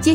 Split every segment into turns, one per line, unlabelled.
接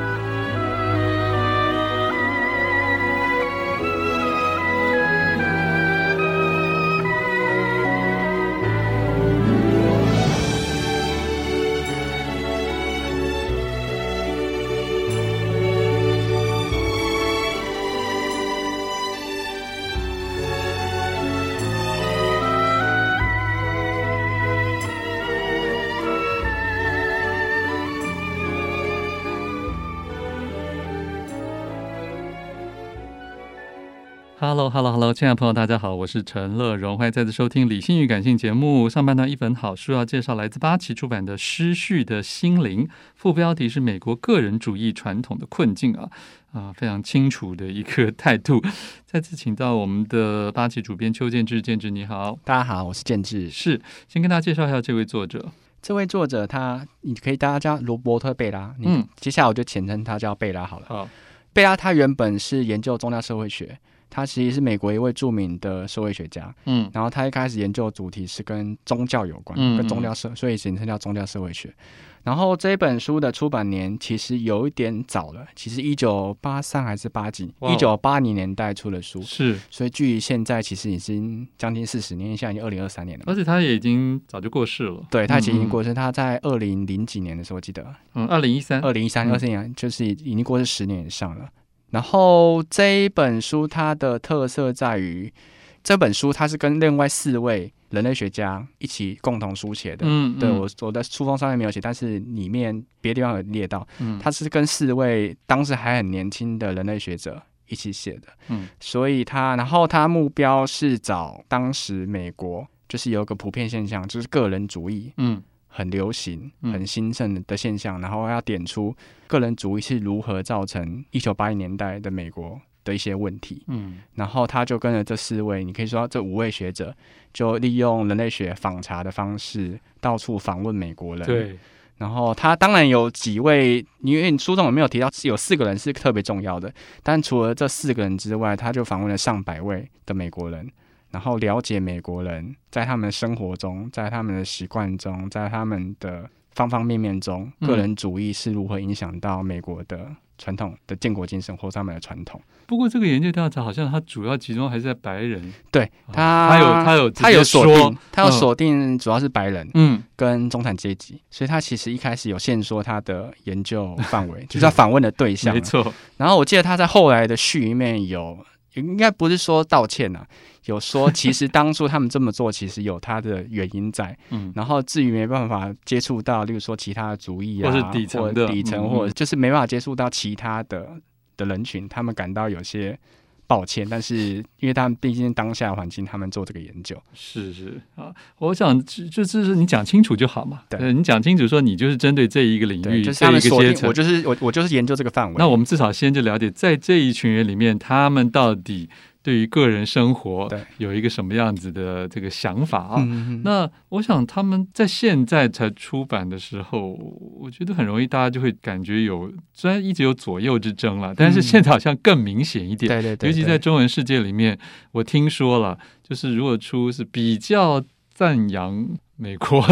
Hello，Hello，Hello，亲爱的朋友，大家好，我是陈乐荣，欢迎再次收听《理性与感性》节目。上半段一本好书要介绍来自八旗出版的《失序的心灵》，副标题是“美国个人主义传统的困境”啊啊、呃，非常清楚的一个态度。再次请到我们的八旗主编邱建志，建志你好，
大家好，我是建志，
是先跟大家介绍一下这位作者。
这位作者他，你可以大家叫罗伯特·贝拉，嗯，接下来我就简称他叫贝拉好了。
好，
贝拉他原本是研究宗教社会学。他其实是美国一位著名的社会学家，
嗯，
然后他一开始研究的主题是跟宗教有关，
嗯嗯
跟宗教社，所以简称叫宗教社会学。然后这本书的出版年其实有一点早了，其实一九八三还是八几，
哇哦
一九八零年代出的书，
是，
所以距离现在其实已经将近四十年，现在已经二零二三年了嘛。
而且他也已经早就过世了，
对他其实已经过世，他在二零零几年的时候，我记得
嗯，二零一三，
二零一三、
嗯
二四年，就是已经过去十年以上了。然后这一本书它的特色在于，这本书它是跟另外四位人类学家一起共同书写的。
嗯，
对
嗯
我我的书封上面没有写，但是里面别的地方有列到，
嗯
它是跟四位当时还很年轻的人类学者一起写的。
嗯，
所以他然后他目标是找当时美国就是有个普遍现象，就是个人主义，
嗯
很流行、
嗯
很兴盛的现象，然后要点出个人主义是如何造成一九八零年代的美国的一些问题。
嗯
然后他就跟着这四位，你可以说这五位学者就利用人类学访查的方式，到处访问美国人。
嗯，，对，
然后他当然有几位，因为你书中有没有提到有四个人是特别重要的，但除了这四个人之外，他就访问了上百位的美国人，然后了解美国人在他们的生活中，在他们的习惯中，在他们的方方面面中，
嗯
个人主义是如何影响到美国的传统的建国精神或是他们的传统。
不过这个研究调查好像它主要集中还是在白人，
对
啊
他，
他有他有直接
他有锁
说
定，他有
嗯
锁定主要是白人，
嗯，
跟中产阶级，所以他其实一开始有限说他的研究范 围，就是他访问的对象。啊
没。错，
然后我记得他在后来的序里面有，应该不是说道歉呐、啊有 说其实当初他们这么做其实有他的原因在。
嗯
然后至于没办法接触到，例如说其他的族裔啊，
或是底层
或
的
底层，
嗯
或者就是没办法接触到其他的的人群，他们感到有些抱歉。但是因为他们毕竟当下环境，他们做这个研究。
是是啊，我想就就是你讲清楚就好嘛，
对
呃你讲清楚说你就是针对这一个领
对，
域，
就是
这
他
一
们
个
锁
阶
定，我
层。
就是我，我就是研究这个范围。
那我们至少先就了解，在这一群人里面，他们到底对于个人生活
对
有一个什么样子的这个想法啊？
嗯，
那我想他们在现在才出版的时候，我觉得很容易大家就会感觉有，虽然一直有左右之争了，但是
嗯
现在好像更明显一点。
对对对，
尤其在
对
中文世界里面，我听说了，就是如果出是比较赞扬美国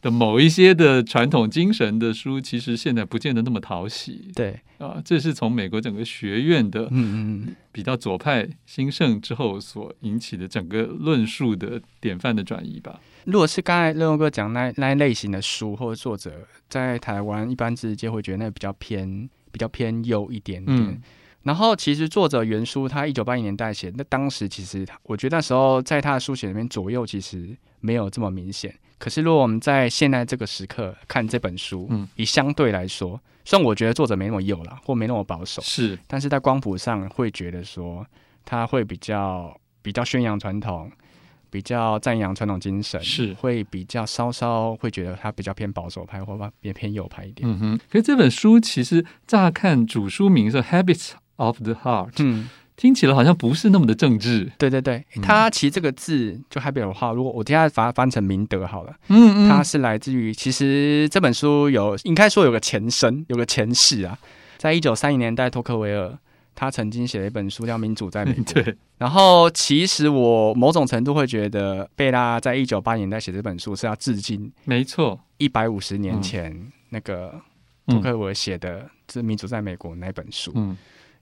的某一些的传统精神的书，其实现在不见得那么讨喜
对，
啊。这是从美国整个学院的
嗯嗯嗯，
比较左派兴盛之后所引起的整个论述的典范的转移吧。
如果是刚才乐荣哥讲那那一类型的书或者作者，在台湾一般直接会觉得那比较偏比较偏右一点点。
嗯
然后其实作者原书他一九八一年代写，那当时其实他我觉得那时候在他的书写里面左右其实没有这么明显，可是如果我们在现在这个时刻看这本书，
嗯
以相对来说，虽然我觉得作者没那么右啦，或没那么保守，
是
但是在光谱上会觉得说，他会比较比较宣扬传统，比较赞扬传统精神，
是
会比较稍稍会觉得他比较偏保守派，或偏偏右派一点。
嗯哼，可是这本书其实乍看主书名是《Habits of the Heart》，
嗯，
听起来好像不是那么的政治。
对对对，
嗯
他其实这个字就 h a p 的话，如果我接下来把它翻成明德好了，
嗯
它是来自于其实这本书有应该说有个前身，有个前世啊，在一九三零年代，托克维尔他曾经写了一本书叫《民主在美国》，
嗯对，
然后，其实我某种程度会觉得，贝拉在一九八年代写这本书是要致敬
没错，
一百五十年前那个
嗯
托克维尔写的《这民主在美国》那本书，
嗯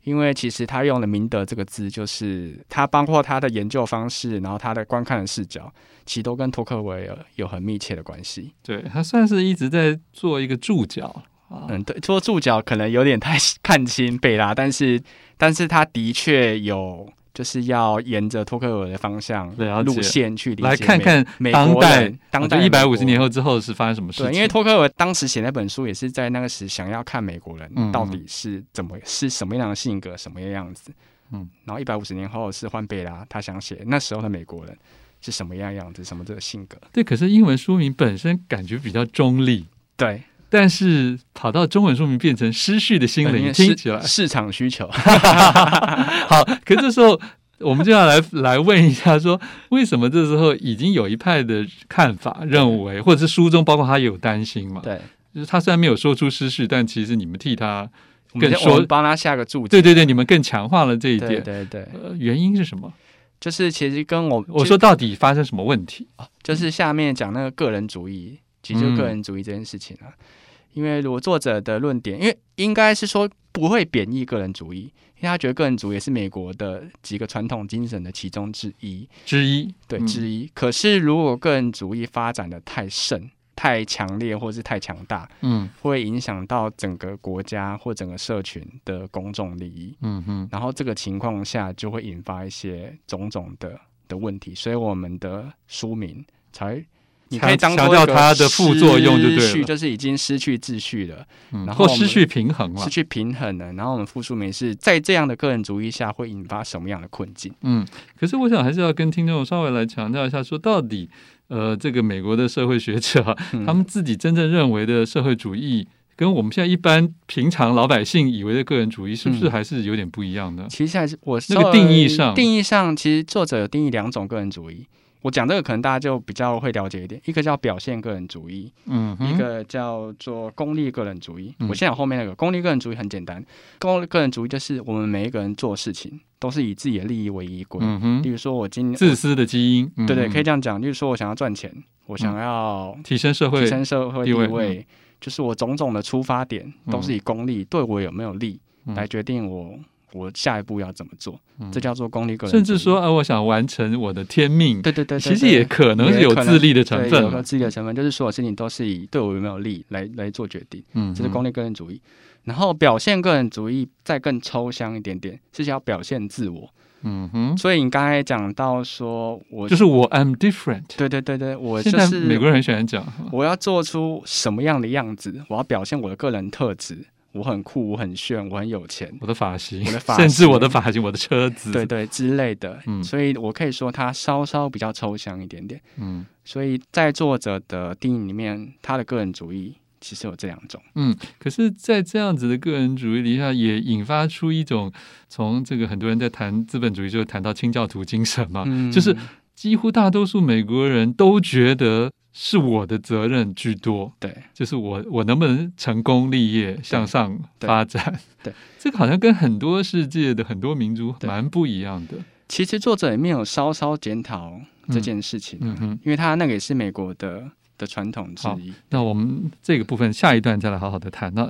因为其实他用了“明德”这个字，就是他包括他的研究方式，然后他的观看的视角，其实都跟托克维尔有很密切的关系。
对，他算是一直在做一个注脚啊，
嗯，对，说注脚可能有点太 看清贝拉，但是，但是他的确有。就是要沿着托克维尔的方向
了解
路线去理解
来看
美
看
美
当
国
代啊
人当代
一百五
美
十
国
年后之后是发生什么事情？
对，因为托克维尔当时写那本书，也是在那个时想要看美国
嗯
人到底是怎么、是什么样的性格，什么样子。
嗯，
然后一百五十年后是换贝拉，他想写那时候的美国人是什么样样子，什么这个性格。
对，可是英文书名本身感觉比较中立，
对，
但是跑到中文书名变成失序的心
因
灵，
为市
听起来
市场需 求。
好。可这时候我们就要来来问一下说为什么这时候已经有一派的看法认为，或者是书中包括他也有担心嘛？
对，
就是他虽然没有说出失序，但其实你们替他，
我们
更
先我
说
们帮他下个注
对
解。
对对，你们更强化了这一
对
点。
对对，
呃，原因是什么？
就是其实跟我
我说到底发生什么问题？
就是下面讲那个个人主义，其实就
嗯
是个人主义这件事情啊。因为如果作者的论点，因为应该是说不会贬义个人主义，因为他觉得个人主义也是美国的几个传统精神的其中之一，
之一，
对、
嗯
之一。可是如果个人主义发展的太盛、太强烈，或是太强大，
嗯
会影响到整个国家或整个社群的公众利益。
嗯嗯，
然后这个情况下就会引发一些种种的的问题，所以我们的书名才你可以当
强
做
调
一个
它的副作用就对了
失序就是已经失去秩序了，
嗯
然后
或
我们
失去平衡了
失。去平衡了。然后我们副书名是在这样的个人主义下会引发什么样的困境？
嗯，可是我想还是要跟听众稍微来强调一下，说到底，呃，这个美国的社会学者啊、
嗯
他们自己真正认为的社会主义，跟我们现在一般平常老百姓以为的个人主义，是不是
嗯
还是有点不一样的？
其实还是我
那个
稍微
定义上
定义上其实作者有定义两种个人主义。我讲这个可能大家就比较会了解一点，一个叫表现个人主义，
嗯
一
哼，
个叫做功利个人主义。
嗯
我先讲后面那个功利个人主义很简单，功利个人主义就是我们每一个人做事情都是以自己的利益为依归。
嗯
例
哼，
如说，我今
自私的基因，嗯
对对，可以
嗯
这样讲。例如说，我想要赚钱，我想要
提升社
提
会，
升社会
地
地位，
位嗯
就是我种种的出发点都是以功利、对我有没有利
嗯
来决定我我下一步要怎么做，
嗯
这叫做功利个人主义。
甚至说，呃，我想完成我的天命，
对，对对对
其
对，
实也可能是有自利的成
对
分
有
了
个。自己的成分，就是所有事情都是以对我有没有利来来做决定。
嗯哼，
这是功利个人主义。然后表现个人主义再更抽象一点点，是要表现自我。
嗯哼，
所以你刚才讲到说，我
就是我 I'm different。
对对对对，我
现
就
在
是
美国人很喜欢讲，
我要做出什么样的样子，我要表现我的个人特质，我很酷，我很炫，我很有钱，
我的发型，
我的发
甚至
型
我的发型，我的车子，
对，对之类的。
嗯
所以我可以说它稍稍比较抽象一点点。
嗯。
所以在作者的定义里面，他的个人主义其实有这两种。
可是，在这样子的个人主义底下，也引发出一种从这个很多人在谈资本主义，就谈到清教徒精神嘛，
嗯
啊就是几乎大多数美国人都觉得是我的责任居多，
对。
就是我我能不能成功立业、向上
对
发展？
对
这个好像跟很多世界的很多民族
对
蛮不一样的。
其实作者也没有稍稍检讨这件事情、啊
嗯哼，
因为他那个也是美国的的传统之一。
那我们这个部分下一段再来好好的谈到。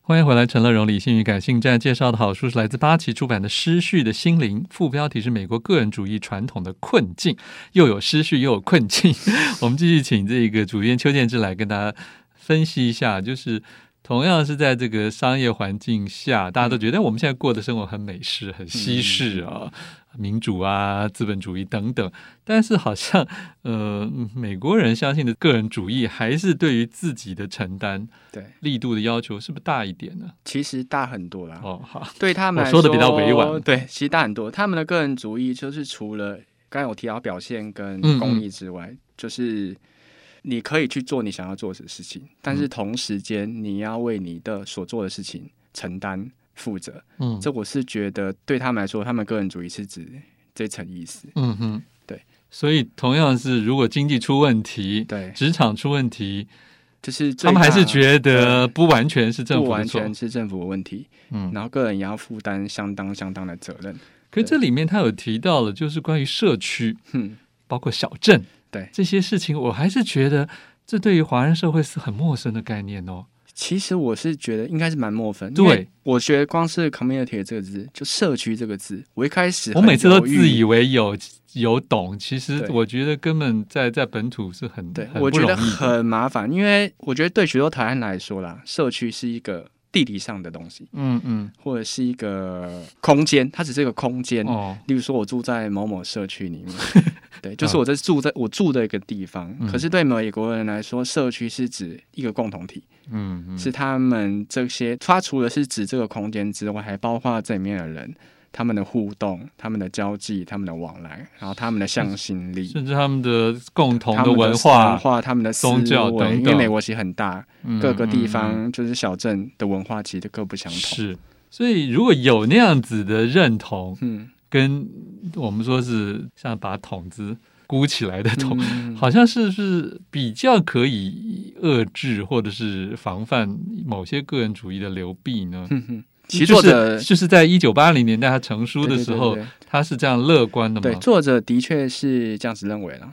欢迎回来，陈乐荣理性与感性站介绍的好书是来自八旗出版的《失序的心灵》，副标题是“美国个人主义传统的困境”，又有失序又有困 境。我们继续请这个主编邱建志来跟大家分析一下，就是同样是在这个商业环境下，大家都觉得哎我们现在过的生活很美式、很西式啊、民主啊、资本主义等等。但是好像呃，美国人相信的个人主义还是对于自己的承担
对，
力度的要求是不是大一点呢？
其实大很多啦。
哦，好，
对他们
我
来
说得比较委婉
对，其实大很多。他们的个人主义就是除了刚才我提到表现跟
嗯嗯
公益之外，就是你可以去做你想要做的事情，但
嗯
是同时间你要为你的所做的事情承担负责。
嗯，
这我是觉得对他们来说，他们个人主义是指这层意思。
嗯哼，
对。
所以同样是，如果经济出问题，
对，
职场出问题，
就是
他们还是
得
觉得不完全是政
不
府的
完
错。
全是政府的问题，
嗯，
然后个人也要负担相当相当的责任。
可是这里面他有提到了，就是关于社区，
哼，
包括小镇，
对
这些事情，我还是觉得这对于华人社会是很陌生的概念哦。
其实我是觉得应该是蛮陌生。
对，
我觉得光是 community 这个字，就社区这个字，我一开始
我每次都
很犹
自
豫
以为有有懂，其实
对
我觉得根本在在本土是很
对，
很
我
不
觉
容
得
易的。
很麻烦，因为我觉得对许多台湾来说啦，社区是一个地理上的东西，
嗯嗯
或者是一个空间，它只是一个空间。
哦
例如说，我住在某某社 区里面，对，就是我这住在我住的一个地方。
嗯
可是对美国人来说，社区是指一个共同体，
嗯嗯
是他们这些，它除了是指这个空间之外，还包括这里面的人，他们的互动、他们的交际、他们的往来，然后他们的向心力、
甚至他们的共同
他
的
们
文
化、
化
文、化他们的思
宗教
维
等
因为
等
美国其实很大，
嗯
各个地
嗯嗯
方就是小镇的文化其实都各不相同。
是，所以如果有那样子的认同，
嗯，
跟我们说是像把筒子箍起来的筒，
嗯
好像是是比较可以遏制或者是防范某些个人主义的流弊呢？
哼嗯哼其
就
实作者
是就是在一九八零年代他成书的时候，
对对对
他是这样乐观的
对
吗？
作者的确是这样子认为啦。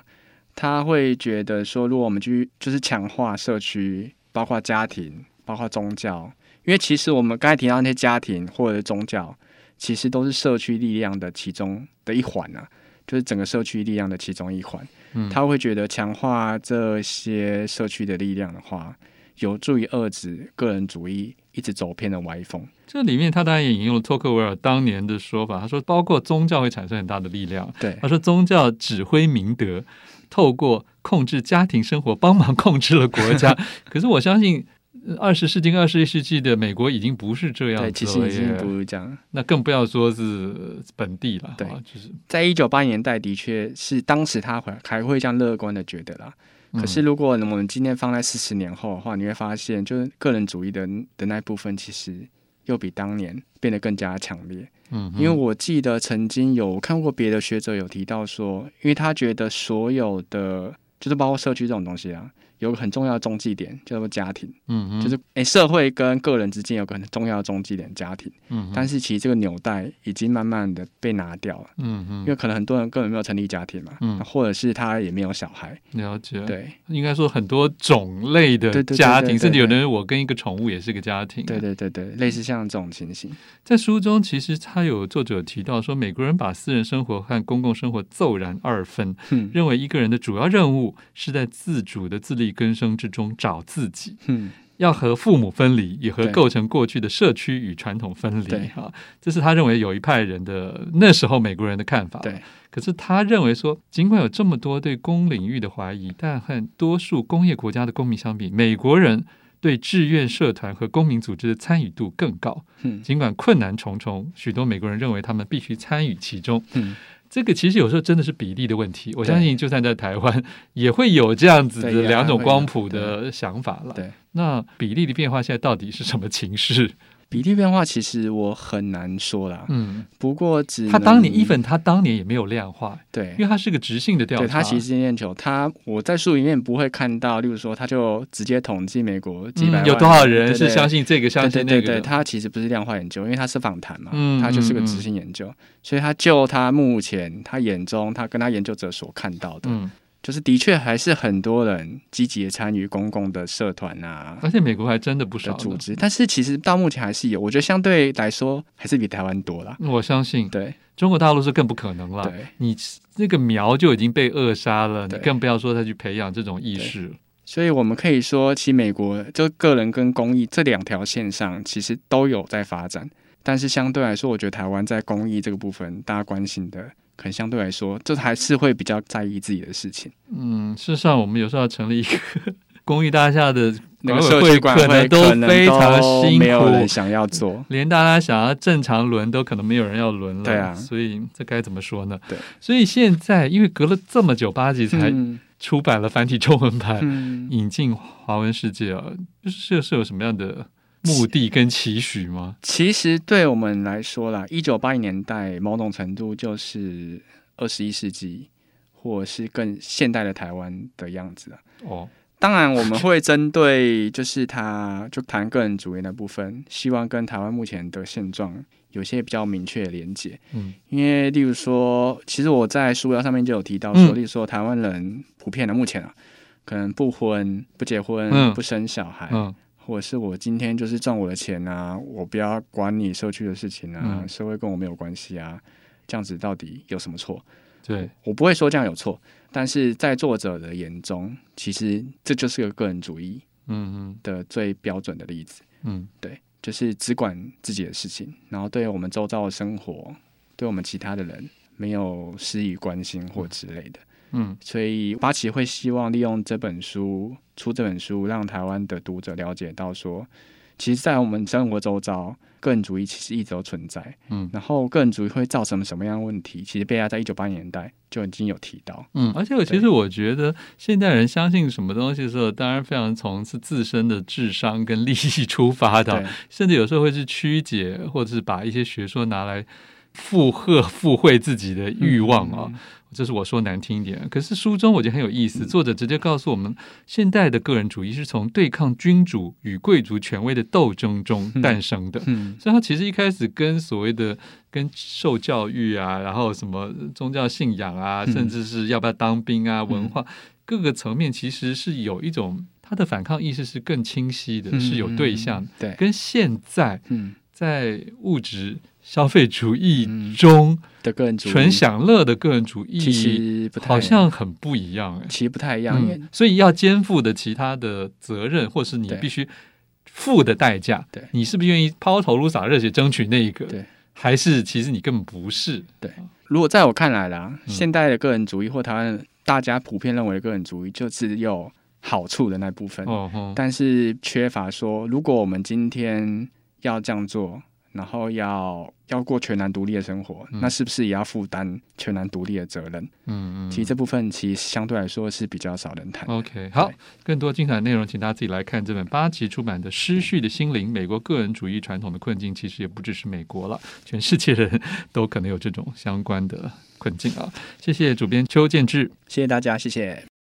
他会觉得说，如果我们去就是强化社区，包括家庭，包括宗教，因为其实我们刚才提到那些家庭或者宗教，其实都是社区力量的其中的一环啊，就是整个社区力量的其中一环。
嗯
他会觉得强化这些社区的力量的话，有助于遏制个人主义一直走偏的歪风。
这里面他当然也引用了托克维尔当年的说法，他说包括宗教会产生很大的力量，
对，
他说宗教指挥明德，透过控制家庭生活，帮忙控制了国 家。可是我相信。二十世纪、二十一世纪的美国已经不是这样
对，
子
其
了
实已经
耶
不是这样。
那更不要说是本地了。
对
啊就是，
在一九八年代，的确是当时他还还会这样乐观的觉得啦。
嗯
可是，如果我们今天放在四十年后的话，你会发现，就是个人主义的的那部分，其实又比当年变得更加强烈。
嗯哼，
因为我记得曾经有看过别的学者有提到说，因为他觉得所有的就是包括社区这种东西啊，有个很重要的中继点叫做家庭，
嗯哼，
就是诶、社会跟个人之间有个很重要的中继点家庭，
嗯哼，
但是其实这个纽带已经慢慢的被拿掉了，
嗯哼，
因为可能很多人根本没有成立家庭嘛，
嗯
或者是他也没有小孩，
了解。，
对
应该说很多种类的
对对对
家
对
庭，
对
甚至有的
对
人我跟一个宠物也是个家庭。啊
对对对对，
嗯
类似像这种情形，
在书中，其实他有作者有提到说，美国人把私人生活和公共生活骤然二分，
哼
认为一个人的主要任务是在自主的自力更生之中找自己，
哼，
要和父母分离，也和
对
构成过去的社区与传统分离
对。
哈，这是他认为有一派人的那时候美国人的看法。
对，
可是他认为说，尽管有这么多对公领域的怀疑，但和多数工业国家的公民相比，美国人对志愿社团和公民组织的参与度更高。
哼
尽管困难重重，许多美国人认为他们必须参与其中。
哼，
这个其实有时候真的是比例的问题。我
对
相信，就算在台湾，也会有这样子的
对也还
两种
会有
光谱的想法了。
对。
那比例的变化现在到底是什么情势？
比例变化其实我很难说啦，
嗯，
不过只
他当年
能
even 他当年也没有量化，
对
因为，它是个直性的调查。
对他其实是念球，他我在书里面不会看到，例如说他就直接统计美国几百万、
嗯、有多少人
对
是相
对
信这个相信那
对
个
对对，
的？
他其实不是量化研究，因为他是访谈嘛，
嗯
他就是个
嗯
执行研究，所以他就他目前他眼中他跟他研究者所看到的，
嗯，
就是的确还是很多人积极的参与公共的社团啊。
而且美国还真的不
的
少
组
呢。
织，但是其实到目前还是有，我觉得相对来说还是比台湾多啦。
嗯我相信
对
中国大陆是更不可能了。
对，
你那个苗就已经被扼杀了，你
对
更不要说再去培养这种意识了。
所以我们可以说，其实美国就个人跟公益这两条线上，其实都有在发展。但是相对来说，我觉得台湾在公益这个部分，大家关心的，可能相对来说，这还是会比较在意自己的事情。
嗯，事实上，我们有时候要成立一个 公益大厦的
那个
管
社
委
区
会
管
可能
委
都
可能
非常
都
辛
没有人
苦，
想要做。
连大家想要正常轮都可能没有人要轮了。
对啊
所以这该怎么说呢？
对，
所以现在因为隔了这么久，八集才
嗯
出版了繁体中文版，
嗯，
引进华文世界啊，就是是有什么样的目的跟期许吗？
其实对我们来说啦，一九八零年代某种程度就是二十一世纪，或是更现代的台湾的样子啊。
哦，
当然，我们会针对就是他就谈个人主义的部分，希望跟台湾目前的现状有些比较明确的连接。
嗯，
因为例如说，其实我在书腰上面就有提到说，
嗯
例如说台湾人普遍的目前啊，可能不婚、不结婚、
嗯
不生小孩，
嗯
或者是我今天就是赚我的钱啊，我不要管你社区的事情啊，
嗯
社会跟我没有关系啊，这样子到底有什么错？
对，
我不会说这样有错，但是在作者的眼中，其实这就是个个人主义
嗯嗯
的最标准的例子。
嗯，
对，就是只管自己的事情，然后对我们周遭的生活，对我们其他的人没有施以关心或之类的。
嗯，
所以八旗会希望利用这本书出这本书，让台湾的读者了解到说，其实，在我们生活周遭，个人主义其实一直都存在。
嗯
然后个人主义会造成什么样的问题？其实贝亚在一九八零年代就已经有提到。
嗯，而且我其实我觉得现代人相信什么东西的时候，当然非常从是自身的智商跟利益出发的
对
啊，， 甚至有时候会是曲解，或者是把一些学说拿来附和、附会自己的
嗯
欲望啊。这是我说难听一点，可是书中我觉得很有意
嗯
思，作者直接告诉我们，现代的个人主义是从对抗君主与贵族权威的斗争中
嗯
诞生的。
嗯，
所以他其实一开始跟所谓的跟受教育啊，然后什么宗教信仰啊，
嗯
甚至是要不要当兵啊，文化各个层面，其实是有一种他的反抗意识是更清晰的，
嗯
是有对象的，
对，
跟现在
嗯
在物质消费主义中
的个人嗯主义
纯享乐的个人主
其
义，
实不太
好像很不一样哎、
其实不太一样，因为
嗯，所以要肩负的其他的责任，或是你
嗯对
必须付的代价，
对
你是不是愿意抛头颅洒热血争取那一个？
对，
还是其实你根本不是？
如果在我看来啦，
嗯
现代的个人主义或台湾大家普遍认为的个人主义，就只有好处的那部分，
哦吼，
但是缺乏说，如果我们今天要这样做，然后要要过全然独立的生活，
嗯
那是不是也要负担全然独立的责任？
嗯嗯。
其实这部分其实相对来说是比较少人谈的。
OK，好，更多精彩内容，请大家自己来看这本八旗出版的《失序的心灵：美国个人主义传统的困境》。其实也不只是美国了，全世界人都可能有这种相关的困境啊！谢谢主编邱建志。
谢谢大家，谢谢。